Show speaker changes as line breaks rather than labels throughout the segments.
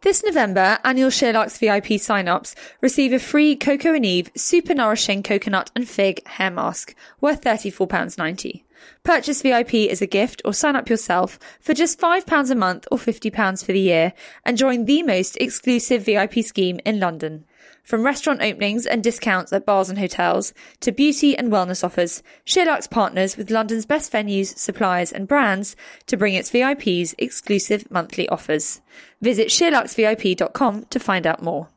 This November, annual Sherlock's VIP sign-ups receive a free Coco and Eve super nourishing coconut and fig hair mask worth £34.90. Purchase VIP as a gift or sign up yourself for just £5 a month or £50 for the year and join the most exclusive VIP scheme in London. From restaurant openings and discounts at bars and hotels to beauty and wellness offers, Sherlock's partners with London's best venues, suppliers and brands to bring its VIPs exclusive monthly offers. Visit sherlocksvip.com to find out more.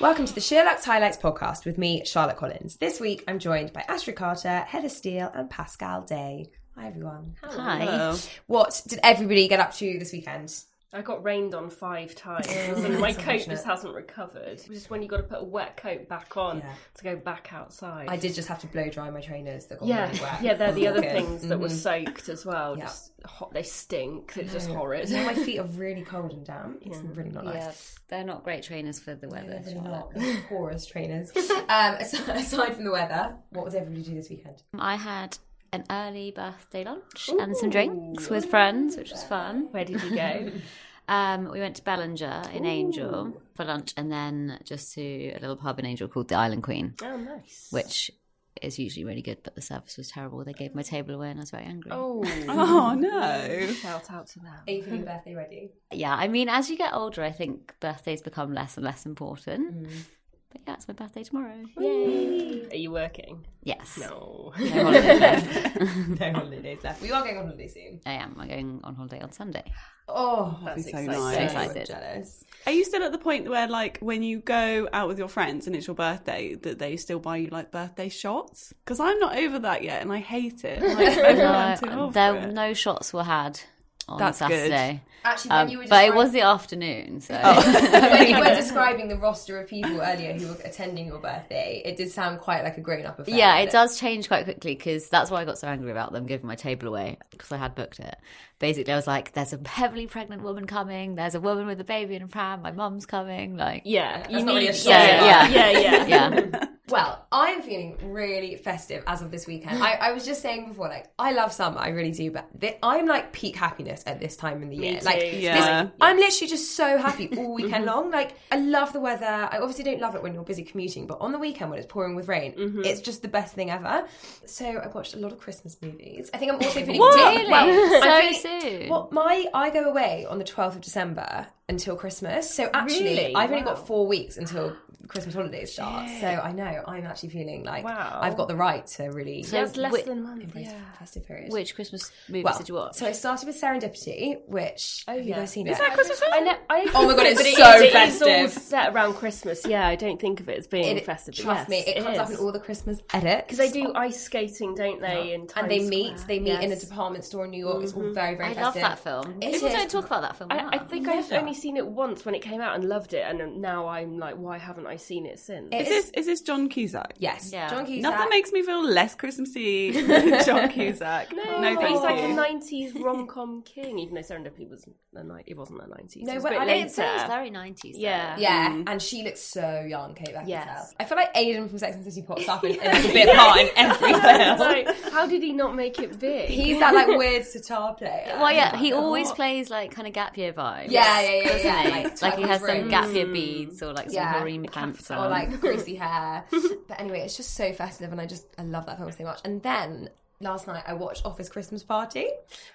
Welcome to the Sherlock's Highlights podcast with me, Charlotte Collins. This week I'm joined by Ashra Carter, Heather Steele, and Pascal Day. Hi everyone.
Hi.
What did everybody get up to this weekend?
I got rained on five times, and my coat just hasn't recovered. Which is when you got to put a wet coat back on
Yeah.
to go back outside.
I did just have to blow dry my trainers that got
Yeah,
really wet.
yeah. They're the other
Okay.
things that were soaked as well.
Yeah.
Just hot. They stink. They're just
And
horrid.
Now my feet are really cold and damp. It's really not nice.
Yeah, they're not great trainers for the weather.
They're
Charlotte.
not they're porous trainers. um, aside, aside from the weather, what was everybody do this weekend?
I had an early birthday lunch and some drinks with friends, which was fun.
Where did you go?
Um, we went to Ballinger in Angel for lunch, and then just to a little pub in Angel called the Island Queen,
oh, nice.
which is usually really good, but the service was terrible. They gave my table away, and I was very angry.
Oh,
Oh no.
shout out to them.
Are you feeling birthday ready?
Yeah, I mean, as you get older, I think birthdays become less and less important.
Mm.
But yeah, it's my birthday tomorrow.
Are you working?
Yes,
No.
No holidays left.
no holidays left. We are going on holiday soon.
I am. I'm going on holiday on Sunday.
Oh,
That'd be so
exciting.
nice.
So excited.
jealous.
Are you still at the point where, like, when you go out with your friends and it's your birthday, that they still buy you like birthday shots? Because I'm not over that yet, and I hate it. Like, everyone's too
No,
old
Uh, there
for it.
no shots were had on
That's good.
Saturday.
Actually, when
Um,
you were Oh.
but it
describing-
was the afternoon, so
when you were describing the roster of people earlier who were attending your birthday, it did sound quite like a grown up affair.
yeah,
didn't
it does change quite quickly because that's why I got so angry about them giving my table away because I had booked it. Basically, I was like, "There's a heavily pregnant woman coming. There's a woman with a baby in a pram. My mum's coming." Like,
Yeah, you
not really a
need.
shot.
yeah,
Yeah.
yeah, yeah,
yeah,
Well, I'm feeling really festive as of this weekend. I, I was just saying before, like, I love summer, I really do, but th- I'm like peak happiness at this time in the year.
too. Mm-hmm.
Like,
Yeah.
this, I'm literally just so happy all weekend long. Like, I love the weather. I obviously don't love it when you're busy commuting, but on the weekend when it's pouring with rain,
Mm-hmm.
it's just the best thing ever. So I watched a lot of Christmas movies. I think I'm also feeling
Really?
Well, I'm
So
feeling-
soon?
Well, my I go away on the 12th of December until Christmas. So actually,
Really?
I've only
Wow.
got four weeks until Christmas holidays start. So I know I'm actually feeling like
Wow.
I've got the right to really
That's less
Wait-
than one.
embrace
Yeah.
festive period.
Which Christmas movies
well,
did you watch?
so I started with Serendipity, which have you
yeah.
guys seen
Is
it?
that Christmas?
I know, I
Oh my God, it's
but it
so
is- It
festive.
is all set around Christmas. Yeah, I don't think of it as being
It-
festive. but
trust
yes,
me, it, comes up in
is.
all the Christmas edits
Because they do ice skating, don't they? In
and
Times
they meet.
Square.
They meet in a
Yes.
department store in New York. It's all very, very
I love
festive.
that film.
It
People
is.
don't talk about that film.
Ah,
I, I
enough.
think I've only seen it once when it came out and loved it, and now I'm like, why haven't I seen it since?
It
Is this is this John Cusack?
Yes,
Yeah.
John Cusack.
Nothing makes me feel less Christmassy than John Cusack. no, thank
he's
you.
like a '90s rom-com king, even though Serendipity was a night. It wasn't a '90s.
No,
it was
but
a bit
I don't-
later.
it's
It's very nineties.
yeah,
Yeah, and she looks so young, Kate Beckinsale.
Yes.
I feel like Aiden from Sex and the City pops up in in a bit part in every film.
Like, how did he not make it big?
He's that like weird sitar player.
Well, yeah, he always plays like kind of gap year vibes.
yeah, yeah, yeah, yeah.
doesn't he?
Like,
like he has some
Twilight
gap year beads or like some
Yeah.
harem pants
or
on.
like greasy hair. but anyway, it's just so festive, and I just I love that film so much. And then last night I watched Office Christmas Party,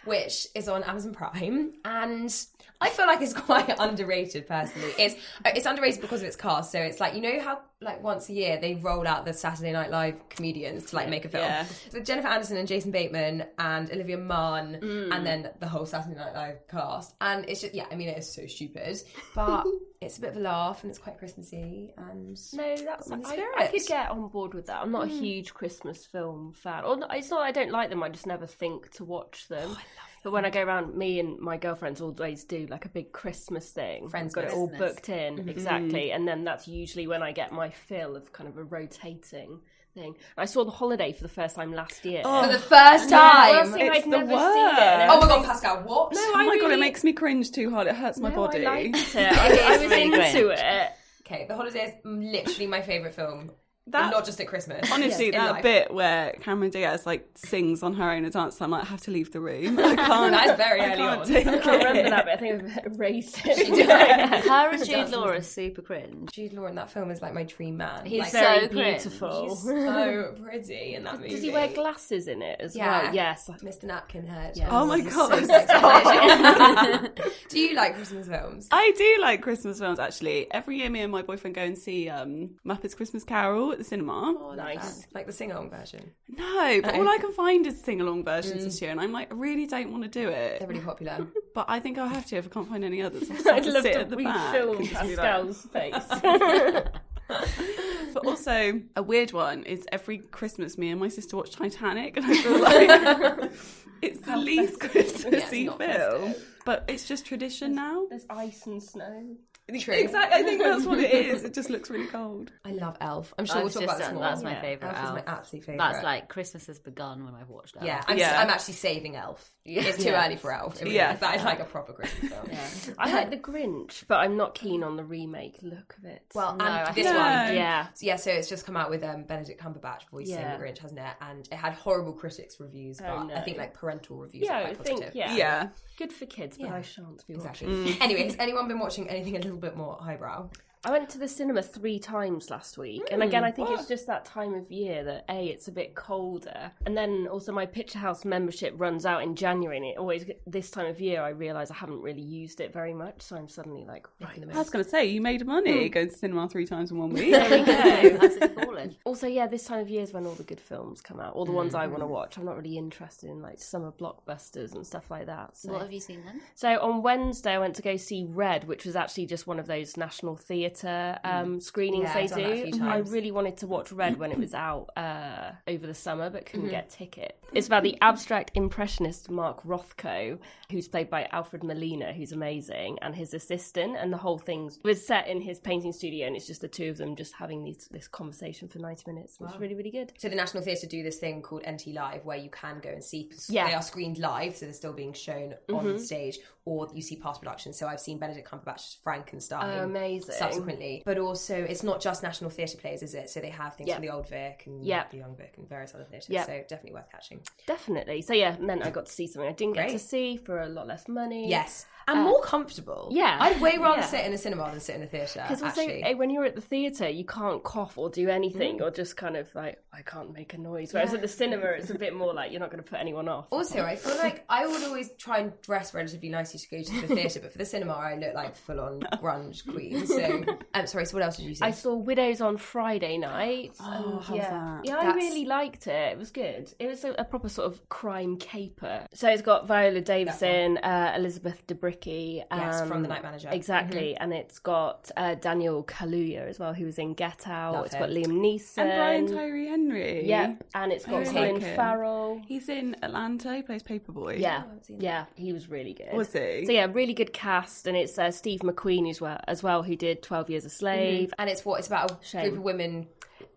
which is on Amazon Prime, and I feel like it's quite underrated personally. It's it's underrated because of its cast. So it's like you know how like once a year they roll out the Saturday Night Live comedians to like make a film.
Yeah.
So Jennifer Anderson and Jason Bateman and Olivia Munn and then the whole Saturday Night Live cast. And it's just yeah, I mean it is so stupid, but it's a bit of a laugh and it's quite Christmassy and
No, that's
I'm in the
I, I
spirit.
could get on board with that. I'm not a huge Christmas film fan. Or no, it's not that I don't like them. I just never think to watch them. But when I go around, me and my girlfriends always do like a big Christmas thing.
Friends
We've got it all
Christmas.
booked in exactly, and then that's usually when I get my fill of kind of a rotating thing. I saw The Holiday for the first time last year.
for the first time.
First thing
It's
I'd
the
never seen it, and
oh my god, Pascal, what?
No,
Oh
I
my god,
really-
it makes me cringe too hard. It hurts my
No,
body.
I liked it. I, I was
really great.
into it.
Okay, The Holiday is literally my favourite film.
That-
not just at Christmas.
Honestly,
in
that
life.
bit where Cameron Diaz like sings on her own a dance, I'm like, I have to leave the room. I can't.
That is very early
I can't
on.
take
I can't remember
it.
that, but I think I erased it.
Her and Jude Law are super cringe.
Jude Law in that film is like my dream man.
He's
like,
so
very
cringe.
beautiful.
he's so pretty in that movie.
Does he wear glasses in it as
Yeah.
well? Yes.
Mr. Napkinhead.
Oh my god.
Do you like Christmas films?
I do like Christmas films actually. Every year, me and my boyfriend go and see um, Muppets Christmas Carol at the cinema.
Oh, Nice.
Like the sing-along version.
No, but all I can find is sing along versions
Mm.
this year, and I'm like, I really don't want to do
They're
it.
really popular.
But I think I'll have to if I can't find any others. I'll just have
I'd
to
love
sit
to
at the back
refilm
and just be like-
Pascal's face.
But also, a weird one is every Christmas, me and my sister watch Titanic, and I feel like it's the least Christmassy
not
film. But it's just tradition now.
There's ice and snow.
True.
Exactly, I think that's what it is. It just looks really cold.
I love Elf. I'm sure
I
we'll
was
talk
just
about this
saying,
more.
that's my
Yeah.
favourite.
Elf is my
Alf.
absolute favourite.
That's like Christmas has begun when I've watched that.
Yeah, I'm,
Yeah.
I'm actually saving Elf. It's too early for Elf. It really
Yeah.
is. that is like a proper Christmas film.
I like The Grinch, but I'm not keen on the remake look of it.
Well,
No, I
and this
think-
one,
No.
yeah.
So, yeah, so it's just come out with um, Benedict Cumberbatch voicing
Yeah. Oh,
the Grinch, hasn't it? And it had horrible critics reviews, but
no.
I think like parental reviews
Yeah,
are
I
quite
think,
positive.
yeah.
Yeah.
Good for kids, but I shan't be watching.
Exactly.
Mm.
Anyway, has anyone been watching anything a little bit more highbrow?
I went to the cinema three times last week, and again, I think it's just that time of year that a it's a bit colder, and then also my Picture House membership runs out in January, and it always this time of year I realise I haven't really used it very much, so I'm suddenly like, right.
I was going to say, you made money
Hmm.
going to cinema three times in one week.
There we go. Absolutely fallen.
Also, yeah, this time of year is when all the good films come out, all the ones I want
Mm.
to watch. I'm not really interested in like summer blockbusters and stuff like that. So.
What have you seen then?
So on Wednesday, I went to go see Red, which was actually just one of those National Theatre um, screenings
Mm. Yeah,
they
I've done that a
do.
few
I
times.
really wanted to watch Red when it was out uh, over the summer, but
Mm-hmm.
couldn't get tickets. It's about the abstract impressionist Mark Rothko, who's played by Alfred Molina, who's amazing, and his assistant, and the whole thing was set in his painting studio, and it's just the two of them just having these, this conversation for ninety minutes. It's really, really good.
So the National Theatre do this thing called NT Live, where you can go and see.
Yeah. Mm-hmm.
They are screened live, so they're still being shown on stage, or you see past productions. So I've seen Benedict Cumberbatch's Frankenstein.
Oh, amazing.
Subsequently, but also it's not just National Theatre plays, is it? So they have things
Yeah.
from the Old Vic and
Yeah.
the Young Vic and various other theatres.
Yeah.
So definitely worth catching.
Definitely. So yeah, meant I got to see something I didn't get
Great.
to see for a lot less money.
Yes. And more comfortable.
Uh, yeah.
I'd way rather
Yeah.
sit in a cinema than sit in a theatre.
Because also,
actually.
eh, when you're at the theatre, you can't cough or do anything. You're just kind of like, I can't make a noise. Whereas at the cinema, it's a bit more like you're not going to put anyone off.
Also, I feel like I would always try and dress relatively nicely to go to the theatre, but for the cinema, I look like full on grunge queen. So, um, sorry. So, what else did you say?
I saw Widows on Friday night. Oh,
how's
yeah.
that?
Yeah, I really liked it. It was good. It was a, a proper sort of crime caper. So it's got Viola Davison, uh, Elizabeth Debicki,
Yes, from
um,
The Night Manager.
exactly, and it's got uh, Daniel Kaluuya as well, who was in Get Out.
Love
It's
him.
got Liam Neeson.
And Brian Tyree Henry.
Yeah, and it's got
really
Colin
like him.
Farrell.
He's in Atlanta, he plays Paperboy.
Oh,
Yeah, yeah, he was really good.
Was he?
So yeah, really good cast, and it's uh, Steve McQueen as well, as well, who did Twelve Years a
Mm-hmm.
Slave.
and it's what it's about a
Shame.
group of women.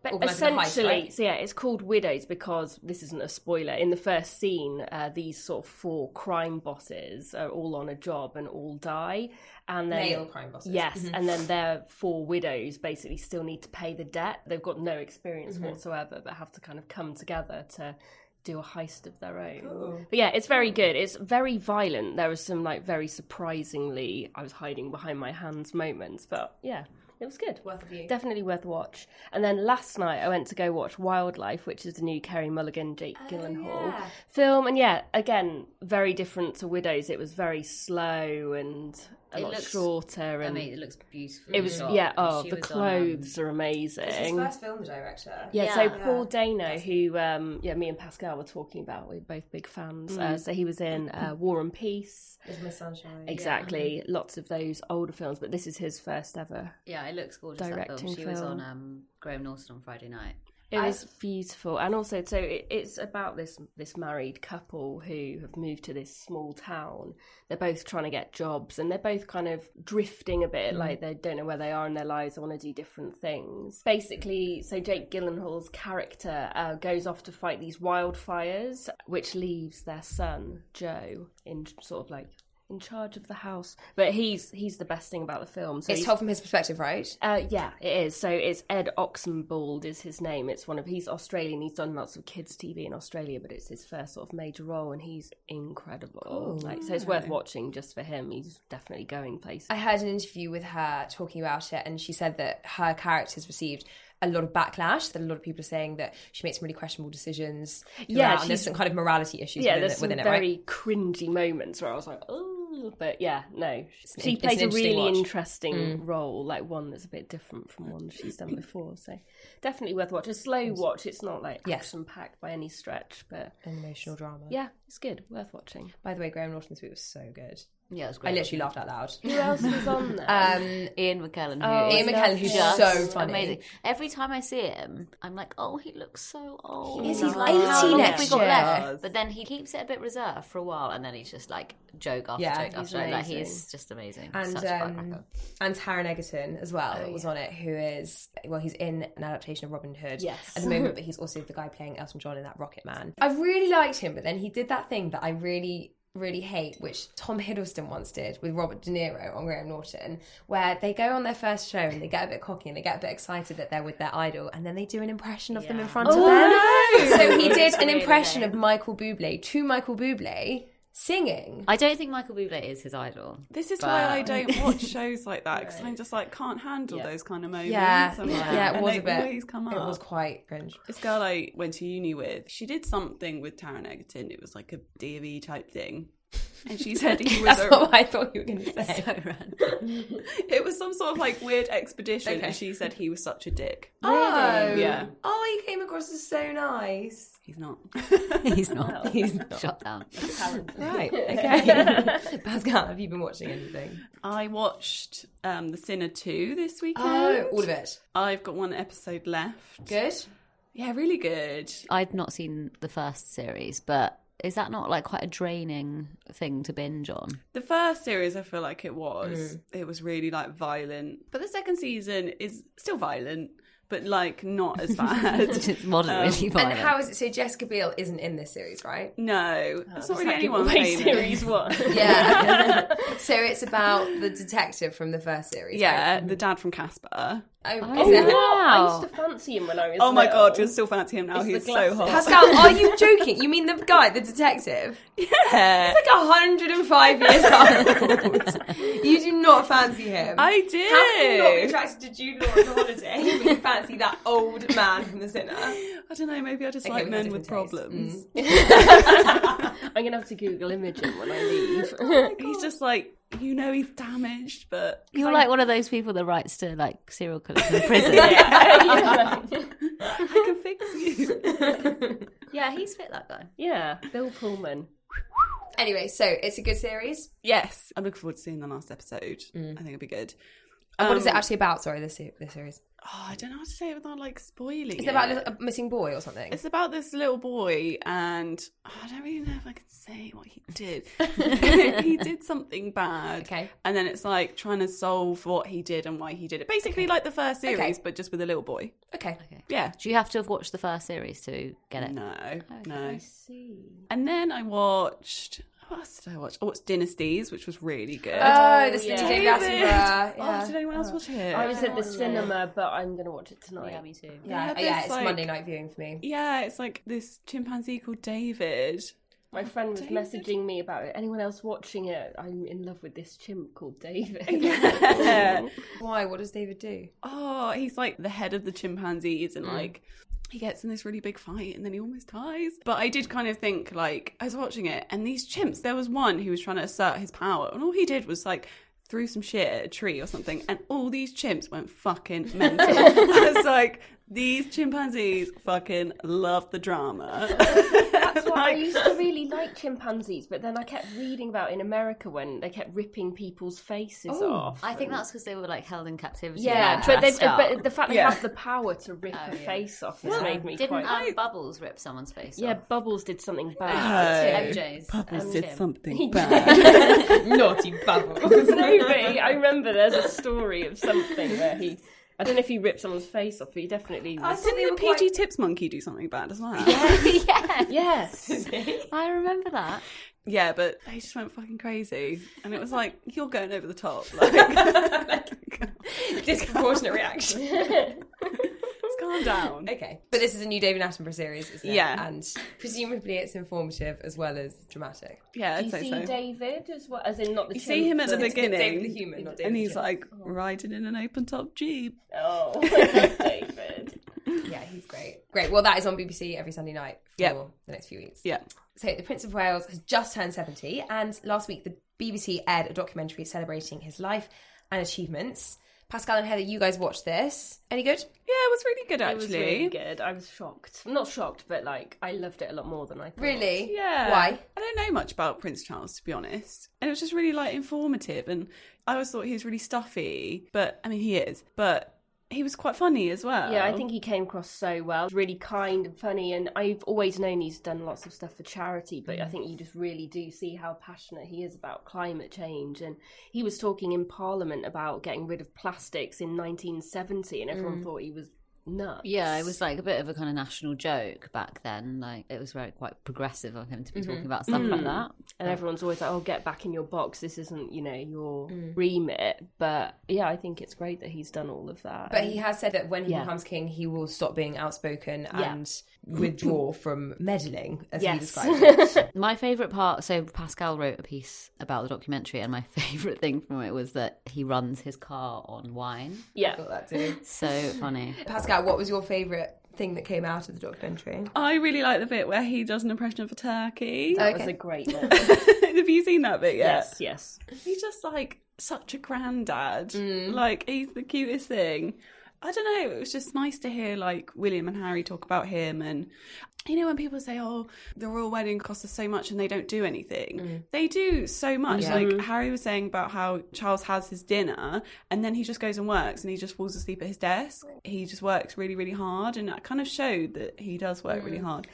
But
organising a heist,
essentially,
right?
so yeah, it's called Widows because this isn't a spoiler. In the first scene, uh, these sort of four crime bosses are all on a job and all die, and then
Male crime bosses.
Yes, and then their four widows basically still need to pay the debt. They've got no experience
Mm-hmm.
whatsoever, but have to kind of come together to do a heist of their own. But yeah, it's
Mm.
very good. It's very violent. There was some like very surprisingly, I was hiding behind my hands moments, but yeah, it was good.
Worth a view.
Definitely worth a watch. And then last night I went to go watch Wildlife, which is the new Kerry Mulligan, Jake
Oh,
Gyllenhaal film. And yeah, again, very different to Widows. It was very slow and a
It
lot
looks
shorter,
I
and
mean, Um, it looks beautiful.
it was
shot,
yeah.
and
Oh,
she
the
was on, um,
clothes are amazing.
It's his first film director.
Yeah, so
Yeah.
Paul Dano, who um, yeah, me and Pascal were talking about, we're both big fans.
Mm.
Uh, so he was in uh, War and Peace,
It's Miss Sunshine.
exactly. Lots of those older films, but this is his first ever.
Yeah, it looks gorgeous. that
Directing
film. She was
film.
on um, Graham Norton on Friday night.
It was beautiful, and also so it, it's about this this married couple who have moved to this small town. They're both trying to get jobs, and they're both kind of drifting a bit, like they don't know where they are in their lives. They want to do different things. Basically, so Jake Gyllenhaal's character uh, goes off to fight these wildfires, which leaves their son Joe in sort of like in charge of the house. But he's he's the best thing about the film. So
It's
he's-
told from his perspective, right?
uh, yeah, it is. So it's Ed Oxenbould is his name. It's one of he's Australian. He's done lots of kids TV in Australia, but it's his first sort of major role, and he's incredible. Like, so it's worth watching just for him. He's definitely going places.
I heard an interview with her talking about it, and she said that her character's received a lot of backlash. That a lot of people are saying that she makes some really questionable decisions.
Yeah,
throughout, and there's
she's-
some kind of morality issues.
yeah,
within,
there's
it,
some
within it,
very
right?
cringy moments where I was like, oh, but yeah, no,
an-
she
it's an
plays a
interesting
really
watch.
interesting Mm. role, like one that's a bit different from one she's done before. So definitely worth watching. A slow watch. It's not like
Yes.
action packed by any stretch, but
An emotional drama.
yeah, it's good, worth watching.
By the way, Graham Norton's movie was so good.
Yeah, it was great.
I literally laughed out loud.
Who else was on there?
Um,
Ian McKellen.
Oh,
who
Ian
is
McKellen, who's
just
so funny.
amazing. Every time I see him, I'm like, oh, he looks so old.
is, he's
like, how
80
long
next
have we got
year.
left? But then he keeps it a bit reserved for a while, and then he's just like joke after
Yeah,
joke after
he's
joke. Like
amazing.
he's just amazing.
and
Such a Oh,
um,
firecracker.
and Taron Egerton as well was on it, who is well, he's in an adaptation of Robin Hood
Yes.
at the moment, but he's also the guy playing Elton John in that Rocket Man. I really liked him, but then he did that thing that I really really hate which Tom Hiddleston once did with Robert De Niro on Graham Norton where they go on their first show and they get a bit cocky and they get a bit excited that they're with their idol and then they do an impression of them in front of
Oh,
them so he did an impression of Michael Bublé to Michael Bublé singing
I don't think Michael Bublé is his idol.
This is
But-
why I don't watch shows like that because I'm just like can't handle
Yeah.
those kind of moments.
Yeah,
I'm like-
yeah, it
and
was
they
a bit.
always come up.
Oh.
It was quite cringe.
This girl I went to uni with, she did something with Taron Egerton. It was like a D of E type thing, and she said he was.
That's
a,
what I thought you were going to say.
So random.
It was some sort of like weird expedition,
Okay.
and she said he was such a dick.
Oh,
Yeah.
Oh, he came across as so nice.
He's not.
He's not.
He's not.
Shut down.
Right. Okay. Pascal, have you been watching anything?
I watched um, The Sinner two this weekend.
Uh, all of it.
I've got one episode left.
Good.
Yeah, really good.
I'd not seen the first series, but is that not like quite a draining thing to binge on?
The first series, I feel like it
Mm.
was. It was really like violent, but the second season is still violent, but like not as bad.
It's moderately
And
violent.
how is it? So Jessica Biel isn't in this series, right?
no,
Oh,
it's not really
Like
anyone
giveaway
famous.
series one.
Yeah. so it's about the detective from the first series. right?
Yeah, the dad from Casper.
Oh,
Oh,
is it?
I
wow.
used to fancy him when I was.
Oh my
little.
god, you'll still fancy him now.
It's the
He's so hot.
Pascal, are you joking? You mean the guy, the detective?
Yeah.
Like 105 years old. you do not fancy him.
I did.
How can you not be attracted to Jude Law on holiday but you fancy that old man from The Sinner?
I don't know. Maybe I just
Okay,
like
we've got
men with
different tastes.
problems.
I'm gonna have to Google image him when I leave.
Mm.
He's just like you know he's damaged, but
You're like one of those people that writes to like serial killers in prison.
I can fix you.
yeah, he's fit that guy.
yeah, Bill Pullman.
Anyway, so it's a good series.
yes, I'm looking forward to seeing the last episode. I think it'll be good.
Mm.
Um,
And what is it actually about? Sorry, this se- this series.
Oh, I don't know how to say it without like spoiling.
Is it about a,
it.
little- a missing boy or something?
It's about this little boy, and oh, I don't really know if I can say what he did. he did something bad.
Okay.
And then it's like trying to solve what he did and why he did it. Basically, like the first series,
Okay.
but just with a little boy.
okay.
Yeah.
Do you have to have watched the first series to get it?
No, no.
see.
And then I watched. What else did I watch? Oh, it's Dynasties, which was really good.
Oh, this is
yeah.
David
David!
Attenborough. Yeah.
Oh, did anyone else watch it?
I was at the cinema, but I'm gonna watch it tonight.
Yeah, me too.
yeah,
had
yeah,
this,
it's
like-
Monday night viewing for me.
Yeah, it's like this chimpanzee called David.
My friend was messaging me about it. Anyone else watching it? I'm in love with this chimp called David.
Why? What does David do?
oh, he's like the head of the chimpanzees
Mm.
and like he gets in this really big fight and then he almost dies. But I did kind of think like I was watching it and these chimps, there was one who was trying to assert his power and all he did was like threw some shit at a tree or something, and all these chimps went fucking mental. I was like, these chimpanzees fucking love the drama.
That's why I used to really like chimpanzees, but then I kept reading about in America when they kept ripping people's faces off.
I think that's because they were like held in captivity.
Oh, yeah,
and
but, they,
dressed up.
but the fact they
Yeah.
have the power to rip a face off has made me
didn't
quite.
um, Bubbles rip someone's face?
yeah,
off?
Bubbles did something bad.
Oh,
MJ's.
Bubbles
um,
did
Jim.
something bad.
Naughty bubble.
no, but he- I remember there's a story of something where he. I don't know if he ripped someone's face off, but he definitely.
I
Was,
thought they
Didn't
were
the
quite...
PG Tips monkey do something bad as well?
yeah,
yes.
I remember that.
Yeah, but they just went fucking crazy, and it was like you're going over the top. Like,
disproportionate reaction.
just calm down.
okay, but this is a new David Attenborough series, isn't it?
Yeah.
and presumably it's informative as well as dramatic.
Yeah,
you
I'd say
see
so.
David as well, as in not the.
You see him at the
It's David the
beginning,
human, not David
and
the
he's
chimp.
like riding in an open top jeep.
Oh, David.
Yeah, he's great. Great. Well, that is on BBC every Sunday night for
Yep.
the next few weeks.
Yeah,
So the Prince of Wales has just turned 70, and last week the BBC aired a documentary celebrating his life and achievements. Pascal and Heather, you guys watched this. Any good?
yeah, it was really good
It was
actually.
really good. I was shocked. Not shocked, but like I loved it a lot more than I thought.
Really?
Yeah.
Why?
I don't know much about Prince Charles to be honest. And it was just really like informative and I always thought he was really stuffy, but I mean he is, but he was quite funny as well.
Yeah, I think he came across so well. Really kind and funny, and I've always known he's done lots of stuff for charity, but I think you just really do see how passionate he is about climate change. And he was talking in Parliament about getting rid of plastics in 1970, and everyone thought he was nuts.
Yeah, it was like a bit of a kind of national joke back then. Like it was very quite progressive of him to be talking about stuff like that.
And everyone's always like, "Oh, get back in your box. This isn't, you know, your remit." But yeah, I think it's great that he's done all of that.
But he has said that when he
Yeah.
becomes king, he will stop being outspoken
Yeah.
and withdraw from meddling, as he
Yes.
described it.
My favorite part. So Pascal wrote a piece about the documentary, and my favorite thing from it was that he runs his car on wine.
yeah,
Got that too.
So funny.
Pascal, what was your favourite thing that came out of the documentary?
I really like the bit where he does an impression of a turkey.
that was
Okay.
a great.
Have you seen that bit yet?
yes, yes.
He's just like such a granddad. Like he's the cutest thing. I don't know. It was just nice to hear like William and Harry talk about him, and you know when people say, "Oh, the royal wedding costs us so much," and they don't do anything.
Mm.
They do so much. Like Harry was saying about how Charles has his dinner, and then he just goes and works, and he just falls asleep at his desk. He just works really, really hard, and that kind of showed that he does work really
Mm.
hard.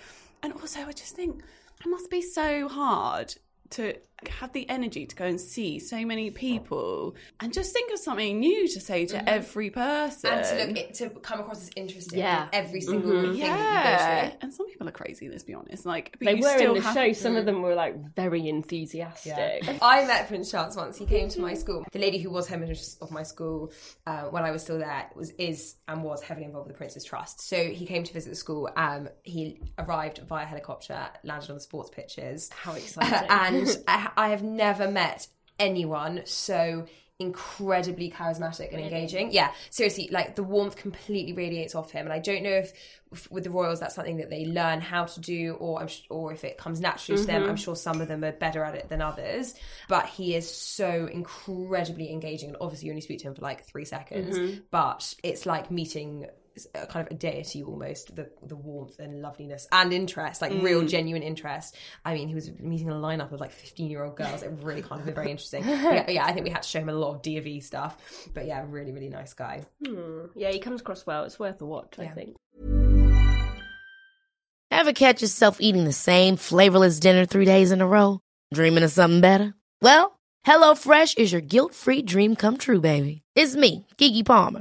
And also, I just think it must be so hard to have the energy to go and see so many people and just think of something new to say
Mm-hmm.
to every person.
and to look it, to come across as interesting
Yeah.
in every single thing that you go
yeah,
through.
and some people are crazy. Let's be honest. Like but
They
you
were in
still
the
have-
show. Some of them were like very enthusiastic.
I met Prince Charles once. He came to my school. The lady who was headmistress of my school uh, when I was still there was is and was heavily involved with the Prince's Trust. So he came to visit the school. Um, he arrived via helicopter, landed on the sports pitches.
How exciting!
and I, I have never met anyone so incredibly charismatic and engaging. Yeah, seriously, like the warmth completely radiates off him, and I don't know if, if with the royals that's something that they learn how to do, or I'm sh- or if it comes naturally to them. I'm sure some of them are better at it than others, but he is so incredibly engaging, and obviously you only speak to him for like three seconds, but it's like meeting. A uh, kind of a deity almost the the warmth and loveliness and interest like real genuine interest I mean he was meeting a lineup of like 15 year old girls it really kind of been very interesting But yeah, yeah I think we had to show him a lot of D of E stuff but yeah really really nice guy
Yeah, he comes across well. It's worth a watch, I
Yeah.
think.
Ever catch yourself eating the same flavorless dinner three days in a row? Dreaming of something better? Well, HelloFresh is your guilt-free dream come true, baby. It's me, Kiki Palmer.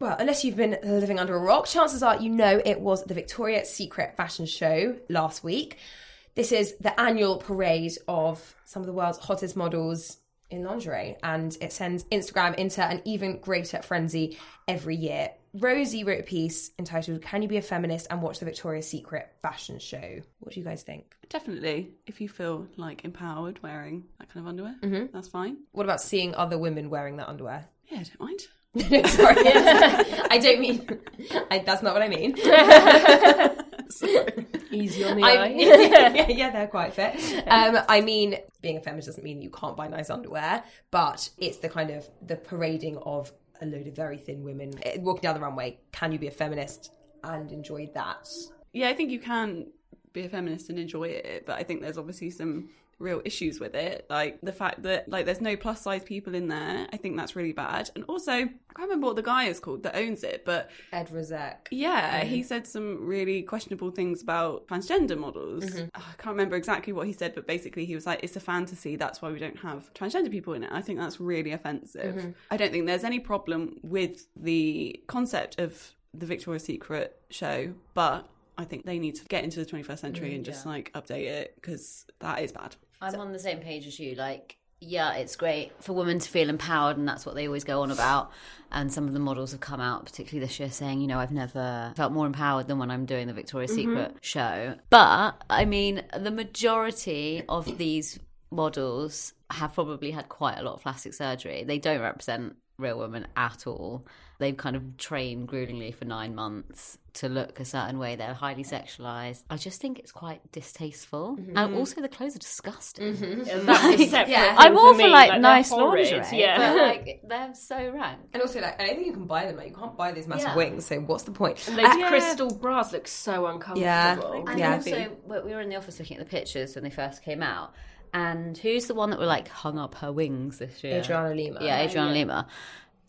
Well, unless you've been living under a rock, chances are you know it was the Victoria's Secret fashion show last week. This is the annual parade of some of the world's hottest models in lingerie, and it sends Instagram into an even greater frenzy every year. Rosie wrote a piece entitled Can You Be a Feminist and Watch the Victoria's Secret Fashion Show? What do you guys think?
Definitely, if you feel like empowered wearing that kind of underwear, that's fine.
What about seeing other women wearing that underwear?
Yeah, I don't mind.
No, sorry. I don't mean. I, that's not what I mean.
Easy on the
I,
eye.
yeah, yeah, they're quite fit. Um, I mean, being a feminist doesn't mean you can't buy nice underwear, but it's the kind of the parading of a load of very thin women eh, walking down the runway. Can you be a feminist and enjoy that?
Yeah, I think you can be a feminist and enjoy it, but I think there's obviously some real issues with it. Like the fact that like there's no plus size people in there. I think that's really bad. And also, I can't remember what the guy is called that owns it, but
Ed Rozek.
yeah, he said some really questionable things about transgender models. Oh, I can't remember exactly what he said, but basically he was like, "It's a fantasy. That's why we don't have transgender people in it." I think that's really offensive. I don't think there's any problem with the concept of the Victoria's Secret show, but I think they need to get into the 21st century and just like update it because that is bad.
I'm on the same page as you. Like, yeah, it's great for women to feel empowered, and that's what they always go on about. And some of the models have come out, particularly this year, saying, you know, I've never felt more empowered than when I'm doing the Victoria's Secret show. But I mean, the majority of these models have probably had quite a lot of plastic surgery. They don't represent real women at all. They've kind of trained gruelingly for nine months to look a certain way. They're highly sexualized. I just think it's quite distasteful. And also, the clothes are disgusting.
And that's a separate
Yeah.
thing
I'm all for
me,
like,
they're
nice
horrid,
lingerie,
Yeah.
but like they're so rank.
And also, like, I don't think you can buy them. Like, you can't buy these massive
Yeah.
wings. So what's the point?
And those crystal bras look so uncomfortable.
And
Yeah.
also, we we were in the office looking at the pictures when they first came out. And who's the one that were like hung up her wings this year?
Adriana Lima.
Yeah, Adriana Lima.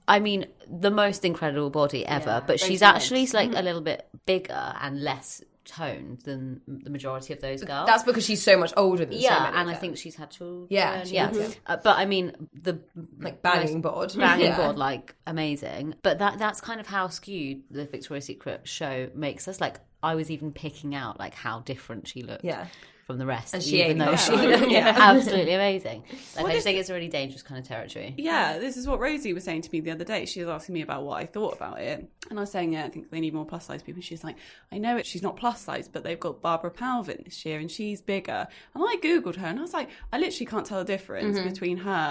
I mean, the most incredible body ever, but she's actually like
Mm-hmm.
a little bit bigger and less toned than the majority of those girls.
That's because she's so much older than so
yeah,
many
and
of
I
them.
think she's had children.
Yeah, she
yeah.
has, yeah.
Uh, but I mean, the
like banging bod,
banging
Yeah.
board like amazing but that that's kind of how skewed the victoria's secret show makes us like i was even picking out like how different she looked
Yeah.
from the rest
And she
even
ain't.
though she
Yeah.
looked absolutely amazing like i just think it's a really dangerous kind of territory
Yeah, this is what Rosie was saying to me the other day. She was asking me about what I thought about it. And I was saying, yeah, I think they need more plus size people. And she's like, I know it. She's not plus size, but they've got Barbara Palvin this year and she's bigger. And I Googled her and I was like, I literally can't tell the difference between her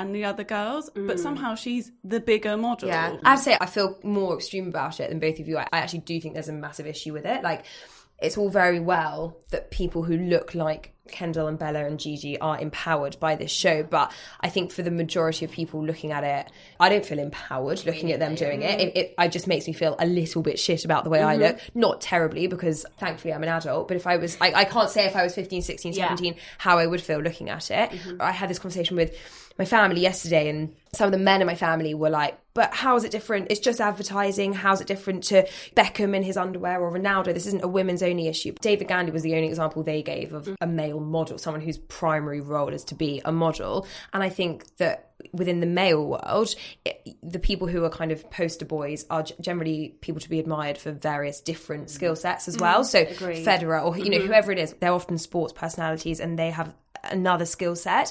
and the other girls, but somehow she's the bigger model.
Yeah, I'd say I feel more extreme about it than both of you. I, I actually do think there's a massive issue with it. Like, it's all very well that people who look like Kendall and Bella and Gigi are empowered by this show, but I think for the majority of people looking at it, I don't feel empowered looking at them doing it. It, it, it just makes me feel a little bit shit about the way I look. Not terribly, because thankfully I'm an adult, but if I was, I, I can't say if I was 15, 16, 17, how I would feel looking at it. I had this conversation with my family yesterday and some of the men in my family were like but how is it different it's just advertising how's it different to beckham in his underwear or ronaldo this isn't a women's only issue david gandy was the only example they gave of a male model someone whose primary role is to be a model and i think that within the male world it, the people who are kind of poster boys are g- generally people to be admired for various different skill sets as well so federer or you know whoever it is they're often sports personalities and they have another skill set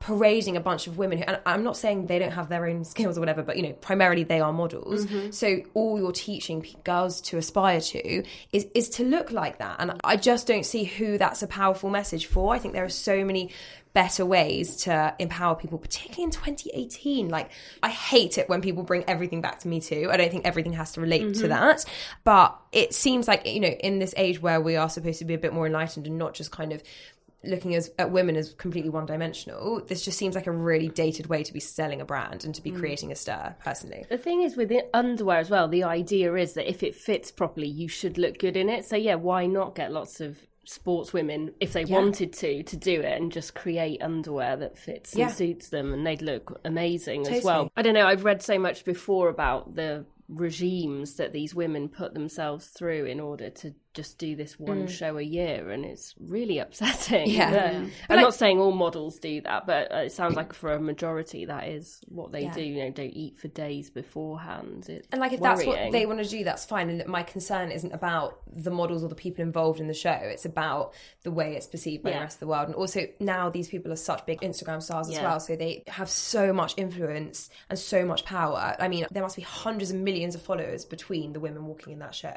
parading a bunch of women who, and I'm not saying they don't have their own skills or whatever, but you know, primarily they are models. So all you're teaching p- girls to aspire to is is to look like that. And I just don't see who that's a powerful message for. I think there are so many better ways to empower people, particularly in 2018. Like I hate it when people bring everything back to me too. I don't think everything has to relate to that. But it seems like, you know, in this age where we are supposed to be a bit more enlightened and not just kind of looking as at women as completely one dimensional, this just seems like a really dated way to be selling a brand and to be creating a stir, personally.
The thing is with the underwear as well, the idea is that if it fits properly, you should look good in it. So yeah, why not get lots of sports women if they wanted to to do it and just create underwear that fits
Yeah.
and suits them and they'd look amazing as
Totally.
well. I don't know, I've read so much before about the regimes that these women put themselves through in order to just do this one show a year, and it's really upsetting.
Mm. Yeah.
I'm not saying all models do that, but uh, it sounds like for a majority that is what they do. You know, don't eat for days beforehand. It's
And like, if that's what they want to do, that's fine. And my concern isn't about the models or the people involved in the show. It's about the way it's perceived by the
Yeah.
rest of the world. And also now these people are such big Instagram stars as
Yeah.
well, so they have so much influence and so much power. I mean, there must be hundreds of millions of followers between the women walking in that show,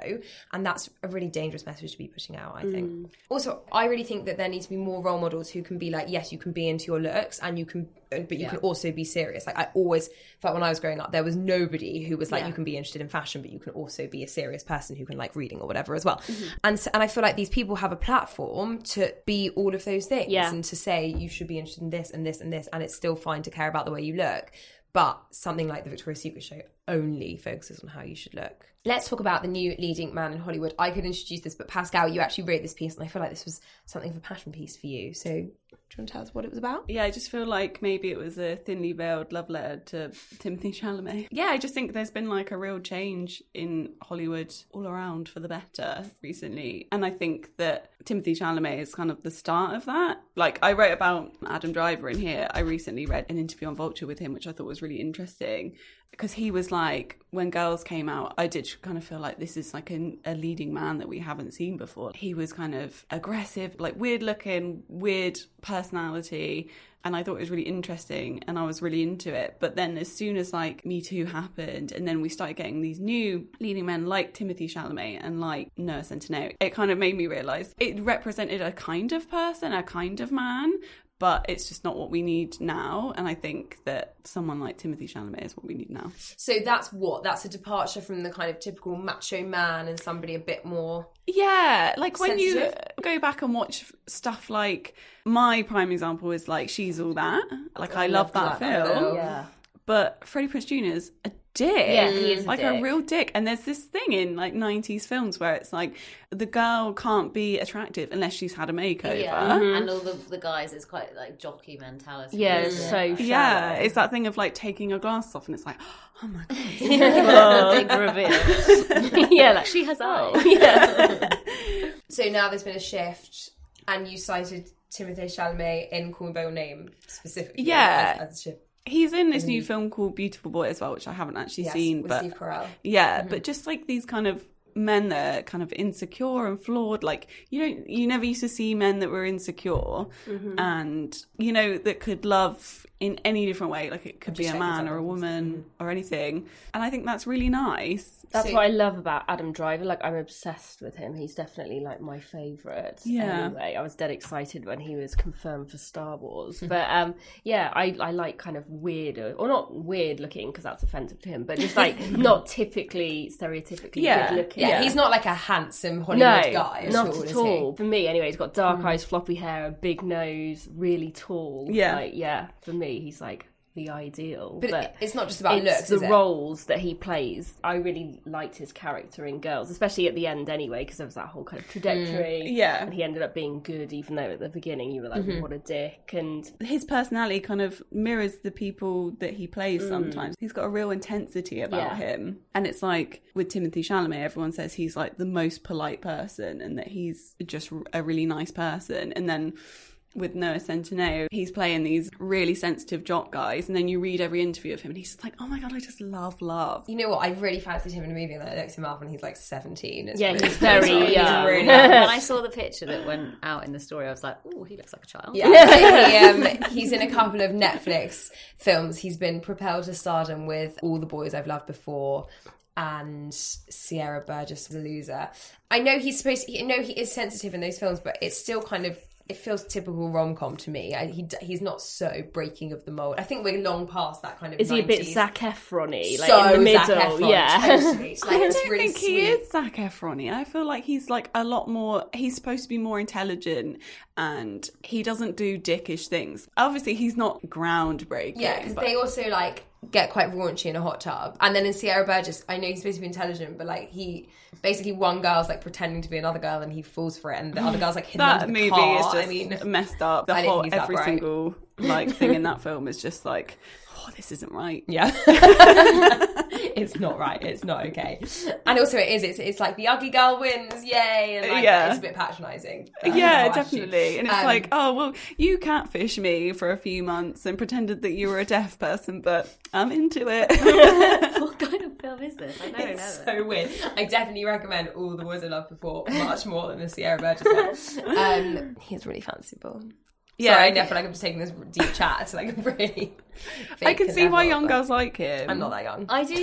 and that's a really dangerous message to be pushing out. I think.
Mm.
Also, I really think that there needs to be more role models who can be like, yes, you can be into your looks, and you can, uh, but you can also be serious. Like I always felt when I was growing up, there was nobody who was like, you can be interested in fashion, but you can also be a serious person who can like reading or whatever as well. And so, and I feel like these people have a platform to be all of those things
Yeah.
and to say you should be interested in this and this and this, and it's still fine to care about the way you look. But something like the Victoria's Secret show only focuses on how you should look. Let's talk about the new leading man in Hollywood. I could introduce this, but Pascal, you actually wrote this piece, and I feel like this was something of a passion piece for you. So, do you want to tell us what it was about?
Yeah, I just feel like maybe it was a thinly veiled love letter to Timothy Chalamet. Yeah, I just think there's been like a real change in Hollywood all around for the better recently. And I think that Timothy Chalamet is kind of the start of that. Like, I wrote about Adam Driver in here. I recently read an interview on Vulture with him, which I thought was really interesting because he was like, when girls came out, I did kind of feel like this is like an, a leading man that we haven't seen before. He was kind of aggressive, like weird looking, weird personality. And I thought it was really interesting and I was really into it. But then as soon as like Me Too happened, and then we started getting these new leading men like Timothy Chalamet and like Noah Centineo, it kind of made me realize it represented a kind of person, a kind of man, but it's just not what we need now. And I think that someone like Timothy Chalamet is what we need now.
So that's what that's a departure from the kind of typical macho man and somebody a bit more.
Yeah, like when you
Sensitive.
go back and watch f- stuff like my prime example is like She's All That. Like I, love, that, film.
yeah.
But Freddie Prinze Jr. is a dick.
Yeah, he is a
like a
dick.
real dick. And there's this thing in like 90s films where it's like the girl can't be attractive unless she's had a makeover.
Yeah, and all the, the guys, it's quite like jockey mentality.
Yeah,
isn't
it's
it?
so
Yeah,
shallow.
it's that thing of like taking your glasses off, and it's like, oh my god,
big reveal. yeah, like she has eyes. Yeah.
So now there's been a shift, and you cited Timothy Chalamet in Call Me by Your Name specifically.
Yeah.
as, as a shift.
He's in this new film called Beautiful Boy as well, which I haven't actually
Yes,
seen.
with
but
Steve Carell.
yeah, but just like these kind of men that are kind of insecure and flawed. Like you don't, you never used to see men that were insecure Mm-hmm. and you know that could love in any different way. Like it could be a man or a woman or anything. And I think that's really nice.
That's
So-
what I love about Adam Driver. Like, I'm obsessed with him. He's definitely like my favorite.
Yeah.
Anyway, I was dead excited when he was confirmed for Star Wars.
Mm-hmm.
But um, yeah, I, I like kind of weird or not weird looking because that's offensive to him, but just like not typically stereotypically
Yeah.
good looking.
Yeah, he's not like a handsome Hollywood
No,
guy. at
not
all, Mm. is
at
he?
all. For me, anyway, he's got dark eyes, floppy hair, a big nose, really tall.
Yeah.
like, yeah. For me, he's like the ideal.
But, it- it's not just about
it's
looks.
the
is it?
roles that he plays. I really liked his character in Girls, especially at the end anyway, because there was that whole kind of trajectory.
yeah.
And he ended up being good, even though at the beginning you were like, what a dick. And
His personality kind of mirrors the people that he plays sometimes. He's got a real intensity
Yeah.
about him. And it's like with Timothy Chalamet, everyone says he's like the most polite person and that he's just a really nice person. And then with Noah Centineo, he's playing these really sensitive jock guys. And then you read every interview of him and he's just like, oh my God, I just love love.
You know what? I really fancied him in a movie, and then I looked him up, and he's like seventeen. It's
yeah,
really
he's very
bizarre.
young.
He's really
When I saw the picture that went out in the story, I was like, "Oh, he looks like a child."
Yeah, he, um, he's in a couple of Netflix films. He's been propelled to stardom with All the Boys I've Loved Before and Sierra Burgess, The Loser. I know he's supposed. To, I know he is sensitive in those films, but it's still kind of. It feels typical rom com to me. I, he, d- he's not so breaking of the mold. I think we're long past that kind of.
Is he a bit
90s.
Zac Efron-y, like
so
in the middle?
Zac Efron,
yeah.
totally. It's like,
I
it's
don't
really
think
sweet.
he is Zac Efron. I feel like he's like a lot more. He's supposed to be more intelligent, and he doesn't do dickish things. Obviously, he's not groundbreaking.
Yeah, because
but-
they also like get quite raunchy in a hot tub. And then in Sierra Burgess, I know he's supposed to be intelligent, but like he basically one girl's like pretending to be another girl and he falls for it, and the other girl's like hidden under
that
the
movie
car.
is just
I mean,
messed up. The
I didn't
whole
use that
every
right.
single like thing in that film is just like. oh, this isn't right.
Yeah. it's not right. It's not okay. And also, it is. It's, it's like the ugly girl wins. Yay. And like,
Yeah.
it's a bit patronising.
Yeah,
Attitude.
definitely. And it's
Um,
like, oh well, you catfished me for a few months and pretended that you were a deaf person, but I'm into it.
what kind of film is this? I don't know.
It's so weird. I definitely recommend all the boys I loved before much more than the Sierra Burgess one. Um, he's really fanciful. Yeah, Sorry, I know. I feel like I'm just taking this deep chat. It's like a really.
I can
fake
see why
level,
young
but
girls like him.
I'm not that young.
I do.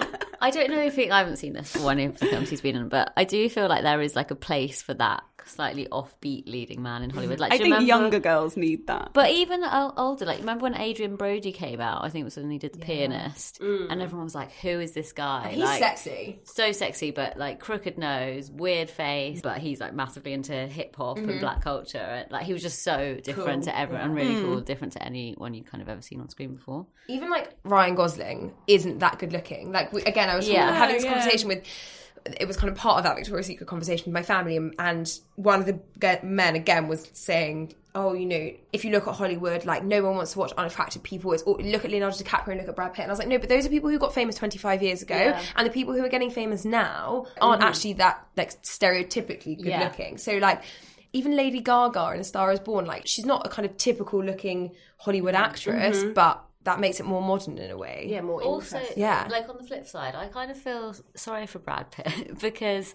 Think, I don't know if he, I haven't seen this one of the films he's been in, but I do feel like there is like a place for that slightly offbeat leading man in Hollywood. Like,
I
do
think
you remember-
younger girls need that.
But even o- older, like remember when Adrian Brody came out? I think it was when he did The Pianist, and everyone was like, "Who is this guy?"
He's
like,
sexy.
so sexy, but like crooked nose, weird face. But he's like massively into hip hop
Mm-hmm.
and black culture. and, Like he was just so different to everyone, and
Mm.
really cool, different to anyone you kind of ever seen on screen before.
even like Ryan Gosling isn't that good looking. Like we, again, I was
Yeah.
having this
Yeah.
conversation with. It was kind of part of that Victoria's Secret conversation with my family, and, and one of the ge- men again was saying, "Oh, you know, if you look at Hollywood, like no one wants to watch unattractive people. It's all, look at Leonardo DiCaprio and look at Brad Pitt." And I was like, "No, but those are people who got famous 25 years ago, and the people who are getting famous now aren't actually that like stereotypically good
Yeah.
looking." So like. Even Lady Gaga in A Star Is Born, like she's not a kind of typical looking Hollywood actress,
Mm-hmm.
but that makes it more modern in a way.
Yeah, more
also
interesting.
Yeah.
like on the flip side i kind of feel sorry for brad pitt because